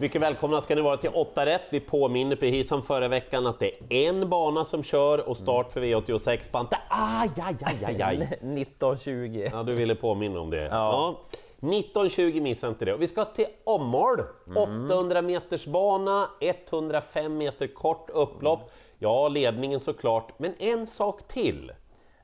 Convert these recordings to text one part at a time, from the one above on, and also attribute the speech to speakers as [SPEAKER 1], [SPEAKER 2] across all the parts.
[SPEAKER 1] Mycket välkomna ska ni vara till 8 rätt. Vi påminner precis som förra veckan att det är en bana som kör och start för V86 Bante. Aj, aj, aj, aj, aj.
[SPEAKER 2] 1920.
[SPEAKER 1] Ja, du ville påminna om det. Ja. 19.20 missa inte det. Och Vi ska till Åmål, 800 meters bana, 105 meter kort upplopp. Ja, ledningen såklart, men en sak till.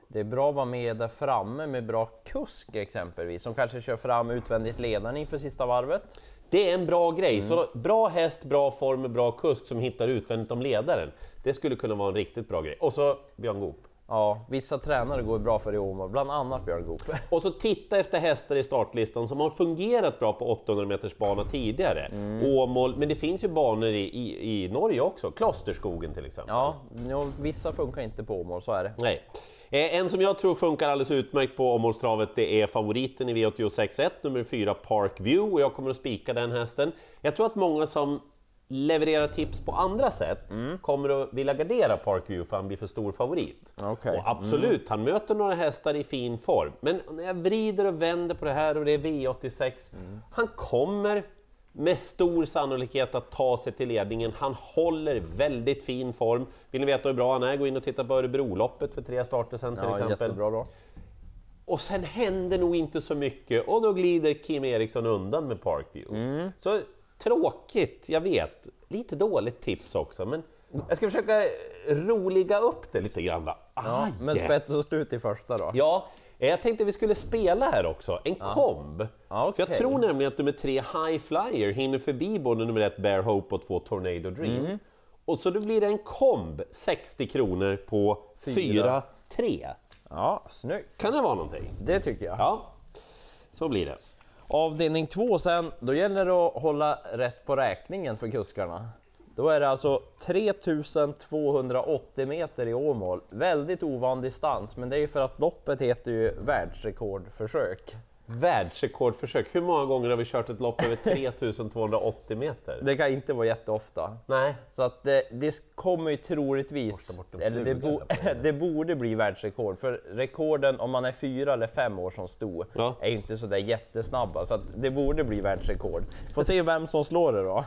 [SPEAKER 2] Det är bra att vara med där framme med bra kusk exempelvis, som kanske kör fram utvändigt ledaren inför sista varvet.
[SPEAKER 1] Det är en bra grej, så bra häst, bra form och bra kusk som hittar utvändigt om ledaren. Det skulle kunna vara en riktigt bra grej. Och så Björn Goop.
[SPEAKER 2] Ja, vissa tränare går bra för i Åmål, bland annat Björn Goop.
[SPEAKER 1] Och så titta efter hästar i startlistan som har fungerat bra på 800 meters bana tidigare. Åmål, men det finns ju banor i, i, i Norge också, Klosterskogen till exempel.
[SPEAKER 2] Ja, jo, vissa funkar inte på Åmål, så är det.
[SPEAKER 1] Nej. Eh, En som jag tror funkar alldeles utmärkt på områdestravet det är favoriten i V86.1, nummer 4 Parkview, och jag kommer att spika den hästen. Jag tror att många som levererar tips på andra sätt kommer att vilja gardera Parkview för han blir för stor favorit.
[SPEAKER 2] Okej.
[SPEAKER 1] Och absolut, han möter några hästar i fin form, men när jag vrider och vänder på det här och det är V86, han kommer med stor sannolikhet att ta sig till ledningen. Han håller väldigt fin form. Vill ni veta hur bra han är, gå in och titta på Örebroloppet för tre starter sedan till
[SPEAKER 2] Ja,
[SPEAKER 1] exempel.
[SPEAKER 2] jättebra då.
[SPEAKER 1] Och sen händer nog inte så mycket och då glider Kim Eriksson undan med Parkview.
[SPEAKER 2] Mm.
[SPEAKER 1] Så tråkigt, jag vet. Lite dåligt tips också, men jag ska försöka roliga upp det lite grann. Va?
[SPEAKER 2] Ja,
[SPEAKER 1] Aj!
[SPEAKER 2] men spets och slut i första då.
[SPEAKER 1] Ja, eh, jag tänkte vi skulle spela här också, en komb.
[SPEAKER 2] Ja,
[SPEAKER 1] För jag
[SPEAKER 2] okej.
[SPEAKER 1] tror nämligen att nummer tre High Flyer hinner förbi både nummer ett Bear Hope och två Tornado Dream.
[SPEAKER 2] Mm.
[SPEAKER 1] Och så då blir det en komb, 60 kronor på
[SPEAKER 2] Fyra.
[SPEAKER 1] 4-3.
[SPEAKER 2] Ja, snyggt.
[SPEAKER 1] Kan det vara någonting?
[SPEAKER 2] Det tycker jag.
[SPEAKER 1] Ja, så blir det.
[SPEAKER 2] Avdelning två sen, då gäller det att hålla rätt på räkningen för kuskarna. Då är det alltså 3280 meter i Åmål. Väldigt ovan distans, men det är ju för att loppet heter ju världsrekordförsök.
[SPEAKER 1] Världsrekordförsök, hur många gånger har vi kört ett lopp över 3280 meter?
[SPEAKER 2] Det kan inte vara jätteofta.
[SPEAKER 1] Nej.
[SPEAKER 2] Så att eh, det, det kommer ju troligtvis,
[SPEAKER 1] Borsta bort en
[SPEAKER 2] eller det,
[SPEAKER 1] fluga
[SPEAKER 2] bo, det borde bli världsrekord. För rekorden om man är fyra eller fem år som sto
[SPEAKER 1] Ja.
[SPEAKER 2] är ju inte så där jättesnabba. Så att det borde bli världsrekord. Får se vem som slår det då.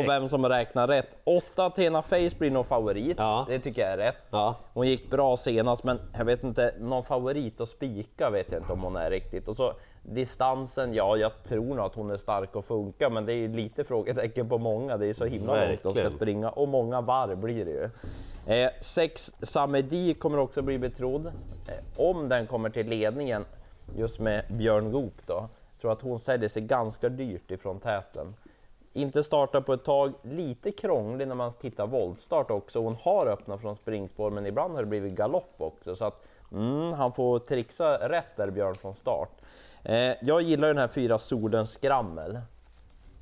[SPEAKER 2] Och vem som räknar rätt. Åtta Tena Face blir nog favorit.
[SPEAKER 1] Ja.
[SPEAKER 2] Det tycker jag är rätt.
[SPEAKER 1] Ja.
[SPEAKER 2] Hon gick bra senast, men jag vet inte, någon favorit att spika vet jag inte om hon är riktigt. Och så distansen, ja jag tror nog att hon är stark och funkar, men det är ju lite frågetecken på många. Det är så himla långt de ska
[SPEAKER 1] Verkligen.
[SPEAKER 2] springa och många varv blir det ju. Eh, sex Samedi kommer också bli betrodd. Eh, om den kommer till ledningen, just med Björn Goop då, tror att hon säljer sig ganska dyrt ifrån täten. Inte starta på ett tag, lite krånglig när man tittar voltstart också. Hon har öppnat från springspår men ibland har det blivit galopp också. Så att, mm, han får trixa rätt där Björn från start. Eh, jag gillar ju den här fyra Solens skrammel.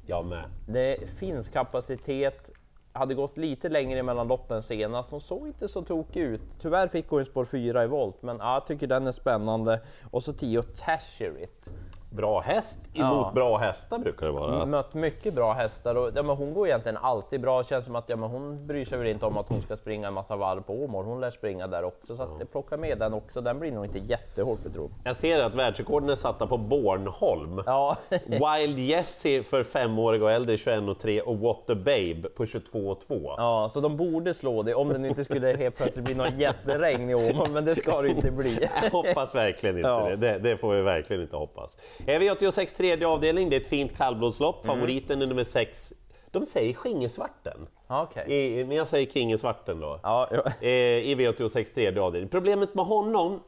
[SPEAKER 1] Jag med.
[SPEAKER 2] Det finns kapacitet, hade gått lite längre mellan loppen senast, hon såg inte så tokig ut. Tyvärr fick hon ju spår 4 i volt, men ja, jag tycker den är spännande. Och så 10 Tasherit.
[SPEAKER 1] Bra häst emot
[SPEAKER 2] Ja. Mm.
[SPEAKER 1] bra hästar brukar det vara.
[SPEAKER 2] Mött mycket bra hästar och ja, men hon går egentligen alltid bra. Det känns som att ja, men hon bryr sig väl inte om att hon ska springa en massa varv på Åmål. Hon lär springa där också, så att jag plockar med den också. Den blir nog inte jättehårt betrodd.
[SPEAKER 1] Jag ser att världsrekorden är satta på Bornholm.
[SPEAKER 2] Ja,
[SPEAKER 1] Wild Jessie för femåriga och äldre 21,3 och What the Babe på 22,2.
[SPEAKER 2] ja, så de borde slå det om det nu inte skulle helt plötsligt bli någon jätteregn i Åmål, men det ska det ju inte bli.
[SPEAKER 1] Jag hoppas verkligen inte
[SPEAKER 2] Ja.
[SPEAKER 1] det. det. Det får vi verkligen inte hoppas. Eh, V86 tredje avdelning, det är ett fint kallblodslopp.
[SPEAKER 2] Mm.
[SPEAKER 1] Favoriten är nummer 6. De säger skingersvarten.
[SPEAKER 2] Ja, Okej.
[SPEAKER 1] I, men jag säger kingesvarten då.
[SPEAKER 2] Ja, ja.
[SPEAKER 1] Eh, I V86 tredje avdelning. Problemet med honom,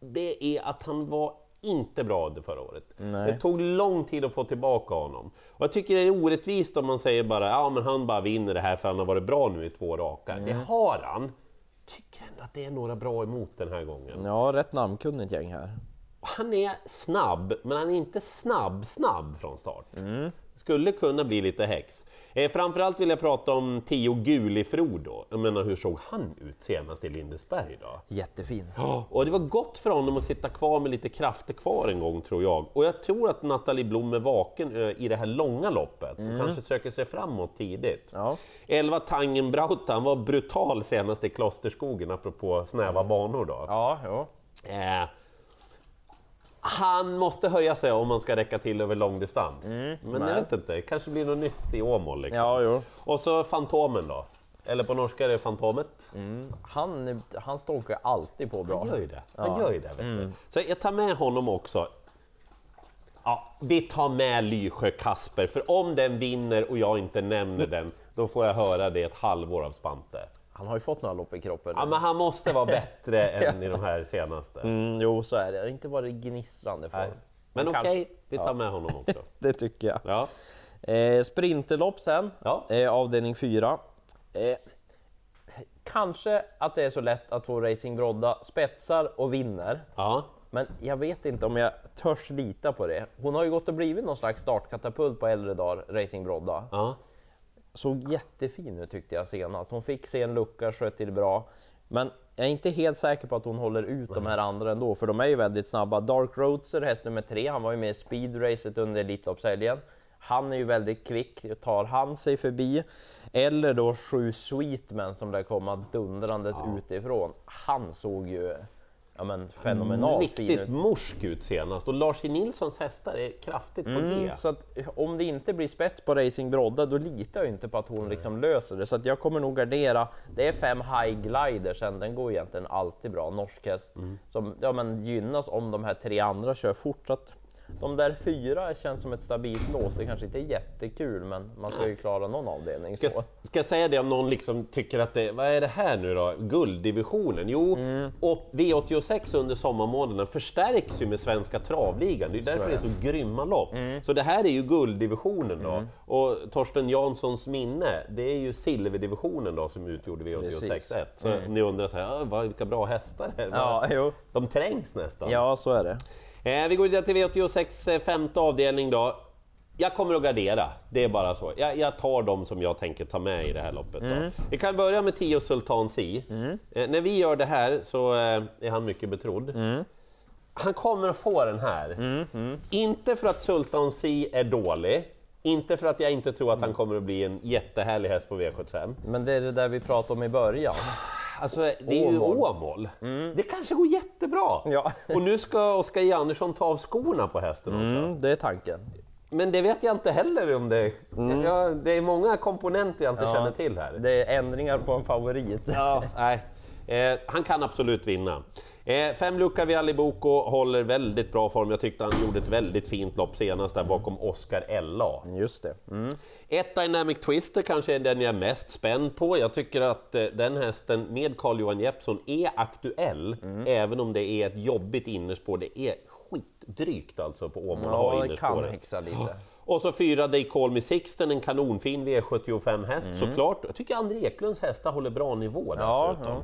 [SPEAKER 1] det är att han var inte bra det förra året. Det tog lång tid att få tillbaka honom. Och jag tycker det är orättvist om man säger bara ja men han bara vinner det här för han har varit bra nu i två raka. Det har han. Tycker ändå att det är några bra emot den här gången.
[SPEAKER 2] Ja, rätt namnkunnigt gäng här.
[SPEAKER 1] Han är snabb, men han är inte snabb-snabb från start. Skulle kunna bli lite häx. Eh, framförallt vill jag prata om Tio Gulifro då. Jag menar, hur såg han ut senast i Lindesberg då?
[SPEAKER 2] Jättefin.
[SPEAKER 1] Och det var gott för honom att sitta kvar med lite krafter kvar en gång tror jag. Och jag tror att Nathalie Blom är vaken eh, i det här långa loppet och kanske söker sig framåt tidigt.
[SPEAKER 2] Mm. Ja.
[SPEAKER 1] 11 Tangen Brauta, han var brutal senast i
[SPEAKER 2] Mm.
[SPEAKER 1] Klosterskogen apropå snäva banor då.
[SPEAKER 2] Ja, ja.
[SPEAKER 1] Eh, Han måste höja sig om man ska räcka till över lång distans. Men
[SPEAKER 2] Mm. nej.
[SPEAKER 1] jag vet inte, kanske blir något nytt i Åmål. Liksom.
[SPEAKER 2] Ja, jo.
[SPEAKER 1] Och så Fantomen då. Eller på norska är det Fantomet.
[SPEAKER 2] Han, han stalkar jag alltid på bra.
[SPEAKER 1] Han gör ju det. mm. Han gör ju det vet du. Så jag tar med honom också. Ja, vi tar med Lysjö Kasper, för om den vinner och jag inte nämner den, då får jag höra det ett halvår av Spante.
[SPEAKER 2] Han har ju fått några lopp i kroppen.
[SPEAKER 1] Ja, men han måste vara bättre än i de här senaste.
[SPEAKER 2] Mm, jo, så är det. Det har inte varit gnistrande för
[SPEAKER 1] Nej.
[SPEAKER 2] honom.
[SPEAKER 1] Men
[SPEAKER 2] kanske-
[SPEAKER 1] okej, vi tar med honom också.
[SPEAKER 2] Det tycker jag.
[SPEAKER 1] Ja.
[SPEAKER 2] Eh, sprinterlopp sen,
[SPEAKER 1] Ja.
[SPEAKER 2] eh, avdelning 4. Eh, kanske att det är så lätt att få Racing Brodda spetsar och vinner.
[SPEAKER 1] Ja.
[SPEAKER 2] Men jag vet inte om jag törs lita på det. Hon har ju gått och blivit någon slags startkatapult på äldre dagar, Racing Brodda.
[SPEAKER 1] Ja.
[SPEAKER 2] Såg jättefin ut tyckte jag senast. Hon fick se en lucka, sköt till bra. Men jag är inte helt säker på att hon håller ut de här andra ändå, för de är ju väldigt snabba. Dark Roadser, häst nummer tre, han var ju med i speedracet under Elitloppshelgen. Han är ju väldigt kvick, tar han sig förbi? Eller då sju Sweetman som där komma dundrandes utifrån. Han såg ju ja, men, fenomenalt fin
[SPEAKER 1] Riktigt
[SPEAKER 2] ut.
[SPEAKER 1] morsk ut senast och Lars E. Nilssons hästar är kraftigt på G.
[SPEAKER 2] Mm, Så att eh, om det inte blir spets på Racing Brodda, då litar jag inte på att hon liksom löser det. Så att jag kommer nog gardera. Det är fem high gliders, sen den går egentligen alltid bra. Norsk häst som ja, men gynnas om de här tre andra kör fort. Så att de där fyra känns som ett stabilt lås. Det kanske inte är jättekul, men man ska ju klara någon avdelning.
[SPEAKER 1] Ska,
[SPEAKER 2] Så.
[SPEAKER 1] ska jag säga det om någon liksom tycker att det, vad är det här nu då, gulddivisionen? Jo, och V86 under sommarmånaderna förstärks ju med Svenska travligan, det är därför det Mm. är så grymma lopp. Så det här är ju gulddivisionen då, och Torsten Janssons minne, det är ju silverdivisionen då som utgjorde
[SPEAKER 2] Precis.
[SPEAKER 1] V86 Så ni undrar så här, "Ah, vad- vilka bra hästar det är.
[SPEAKER 2] Ja, jo.
[SPEAKER 1] De trängs nästan.
[SPEAKER 2] ja, så är det.
[SPEAKER 1] Eh, vi går vidare till V86 eh, femte avdelning då. Jag kommer att gardera, det är bara så. Jag, jag tar dem som jag tänker ta med i det här loppet. Då.
[SPEAKER 2] Mm.
[SPEAKER 1] Vi kan börja med 10 Sultan Si. Eh, när vi gör det här så eh, är han mycket betrodd.
[SPEAKER 2] Mm.
[SPEAKER 1] Han kommer att få den här. Inte för att Sultan Si är dålig, inte för att jag inte tror att
[SPEAKER 2] Mm.
[SPEAKER 1] han kommer att bli en jättehärlig häst på V75.
[SPEAKER 2] Men det är det där vi pratade om i början.
[SPEAKER 1] Alltså, det är ju
[SPEAKER 2] Åmål. Mm.
[SPEAKER 1] Åmål. Det kanske går jättebra!
[SPEAKER 2] Ja.
[SPEAKER 1] Och nu ska Oskar J. Andersson ta av skorna på hästen också.
[SPEAKER 2] Mm, det är tanken.
[SPEAKER 1] Men det vet jag inte heller om det...
[SPEAKER 2] Mm.
[SPEAKER 1] Ja, det är många komponenter jag inte känner till här.
[SPEAKER 2] Det är ändringar på en favorit.
[SPEAKER 1] Ja, nej. Eh, han kan absolut vinna. Eh, fem Luca Vialiboko håller väldigt bra form. Jag tyckte han gjorde ett väldigt fint lopp senast där bakom Oscar LA.
[SPEAKER 2] Just det. Mm.
[SPEAKER 1] Ett Dynamic Twister kanske är den jag är mest spänd på. Jag tycker att eh, den hästen med Carl-Johan Jeppsson är aktuell,
[SPEAKER 2] Mm.
[SPEAKER 1] även om det är ett jobbigt innerspår. Det är skitdrygt alltså på Åmål att ha
[SPEAKER 2] Ja, det kan
[SPEAKER 1] innerspåret.
[SPEAKER 2] häxa lite.
[SPEAKER 1] Och så fyra They Call Me Sixten, en kanonfin V75-häst såklart. Jag tycker André Eklunds hästar håller bra nivå dessutom.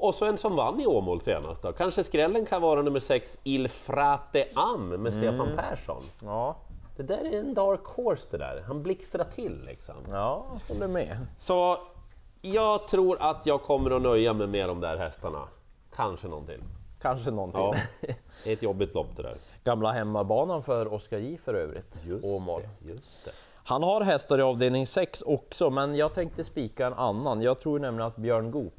[SPEAKER 1] Och så en som vann i Åmål senast då. Kanske skrällen kan vara nummer 6, Il Frate Am med Stefan Persson.
[SPEAKER 2] Ja,
[SPEAKER 1] Det där är en dark horse det där, han blixtrar till liksom.
[SPEAKER 2] ja håller med.
[SPEAKER 1] Så jag tror att jag kommer att nöja mig med de där hästarna. Kanske någon till.
[SPEAKER 2] Kanske någonting.
[SPEAKER 1] Ja. Det är ett jobbigt lopp det där.
[SPEAKER 2] Gamla hemmabanan för Oskar J för övrigt, Åmål.
[SPEAKER 1] det, just det.
[SPEAKER 2] Han har hästar i avdelning 6 också, men jag tänkte spika en annan. Jag tror nämligen att Björn Goop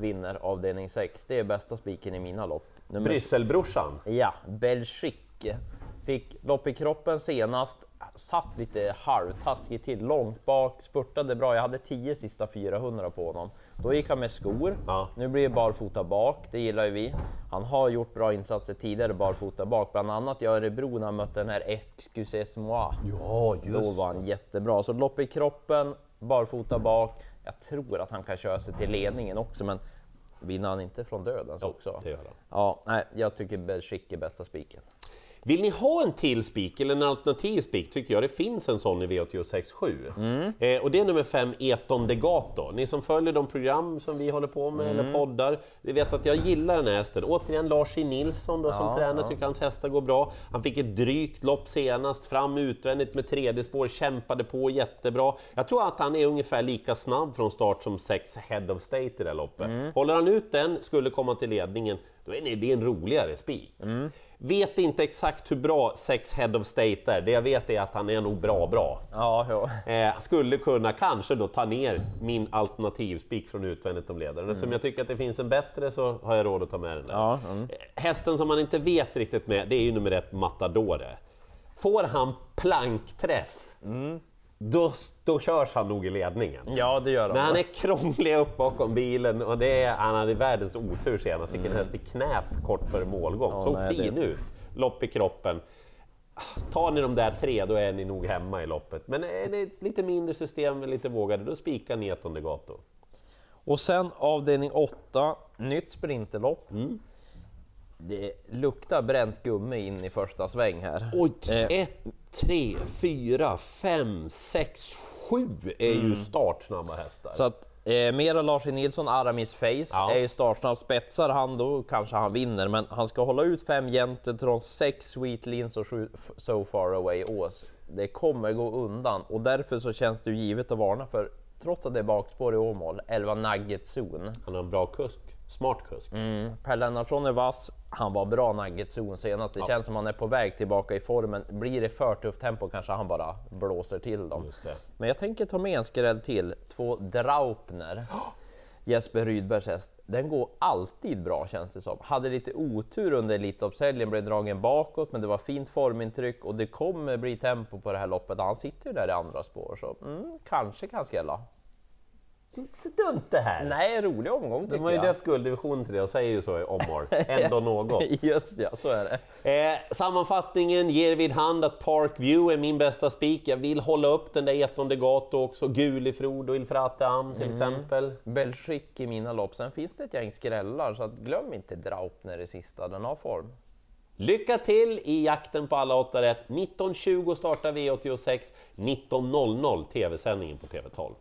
[SPEAKER 2] vinner avdelning 6. Det är bästa spiken i mina lopp. Nummer
[SPEAKER 1] Brysselbrorsan.
[SPEAKER 2] Ja, Belchik. Fick lopp i kroppen senast, satt lite halvtaskigt till, långt bak, spurtade bra. Jag hade 10 sista 400 på honom. Då gick han med skor.
[SPEAKER 1] Ja.
[SPEAKER 2] Nu blir det barfota bak, det gillar ju vi. Han har gjort bra insatser tidigare barfota bak, bland annat i Örebro när han mötte den här Excuses moi.
[SPEAKER 1] Ja,
[SPEAKER 2] Då var han jättebra. Så lopp i kroppen, barfota bak. Jag tror att han kan köra sig till ledningen också, men vinner han inte från döden så också?
[SPEAKER 1] det gör han.
[SPEAKER 2] Ja, nej, jag tycker Berzik är bästa spiken.
[SPEAKER 1] Vill ni ha en till spik eller en alternativ spik tycker jag det finns en sån i V86.7. Eh, och det är nummer 5, Eton Degato. Ni som följer de program som vi håller på med eller poddar, ni vet att jag gillar den här hästen. Återigen Lars E. Nilsson då, som tränare tycker hans hästar går bra. Han fick ett drygt lopp senast, fram utvändigt med tredje spår, kämpade på jättebra. Jag tror att han är ungefär lika snabb från start som sex Head of State i det här loppet. Håller han ut den, skulle komma till ledningen, då är det en roligare spik. Vet inte exakt hur bra sex head of state är, det jag vet är att han är nog bra bra.
[SPEAKER 2] Ja, ja.
[SPEAKER 1] Eh, skulle kunna kanske då ta ner min alternativspik från utvändigt om ledaren. Eftersom jag tycker att det finns en bättre så har jag råd att ta med den där.
[SPEAKER 2] Mm. Ja, mm.
[SPEAKER 1] Eh, Hästen som man inte vet riktigt med, det är ju nummer ett Matadore. Får han plankträff,
[SPEAKER 2] Mm.
[SPEAKER 1] då, då körs han nog i ledningen.
[SPEAKER 2] ja det gör
[SPEAKER 1] Men han
[SPEAKER 2] han.
[SPEAKER 1] är krånglig upp bakom bilen och det är, han hade världens otur senast. Fick en häst i knät kort före målgång. Såg
[SPEAKER 2] nej, det-
[SPEAKER 1] fin ut. Lopp i kroppen. Tar ni de där tre, då är ni nog hemma i loppet. Men är det ett lite mindre system, lite vågade, då spikar ni ett Gato.
[SPEAKER 2] Och sen avdelning 8, nytt sprinterlopp.
[SPEAKER 1] Mm.
[SPEAKER 2] Det luktar bränt gummi in i första sväng här.
[SPEAKER 1] Oj!
[SPEAKER 2] Eh,
[SPEAKER 1] 1, 3, 4, 5, 6, 7 är ju startsnabba hästar.
[SPEAKER 2] Så att eh, mera Lars E. Nilsson, Aramis Face,
[SPEAKER 1] Ja.
[SPEAKER 2] är ju startsnabb. Spetsar han då kanske han vinner, men han ska hålla ut fem Jentetron, sex Sweet Leans och sju F- So Far Away Ås. Det kommer gå undan och därför så känns det ju givet att varna för, trots att det är bakspår i Åmål, 11 Nugget Zone.
[SPEAKER 1] Han har en bra kusk. Smart kusk.
[SPEAKER 2] Per Lennartsson är vass, han var bra Nugget Zone senast. Det känns som han är på väg tillbaka i formen. Blir det för tufft tempo kanske han bara blåser till dem.
[SPEAKER 1] Just det.
[SPEAKER 2] Men jag tänker ta med en skräll till, två Draupner. Jesper Rydbergs häst, den går alltid bra känns det som. Hade lite otur under Elitloppshelgen, blev dragen bakåt men det var fint formintryck och det kommer bli tempo på det här loppet. Han sitter ju där i andra spår så mm, kanske kan skrälla.
[SPEAKER 1] Det är inte så dumt det här!
[SPEAKER 2] Nej, rolig omgång tycker
[SPEAKER 1] De har ju
[SPEAKER 2] jag.
[SPEAKER 1] döpt gulddivision till det och säger ju så i Omar. Ändå något.
[SPEAKER 2] Just ja, så är det.
[SPEAKER 1] Eh, sammanfattningen ger vid hand att Park View är min bästa spik. Jag vill hålla upp den där Eton de Gato också, Gulifrod och Ilfrate Am till exempel.
[SPEAKER 2] Belgique i mina lopp. Sen finns det ett gäng skrällar så att glöm inte Draupner i sista, den har form.
[SPEAKER 1] Lycka till i jakten på alla åtta rätt. 19.20 startar V86, 19.00 TV-sändningen på TV12.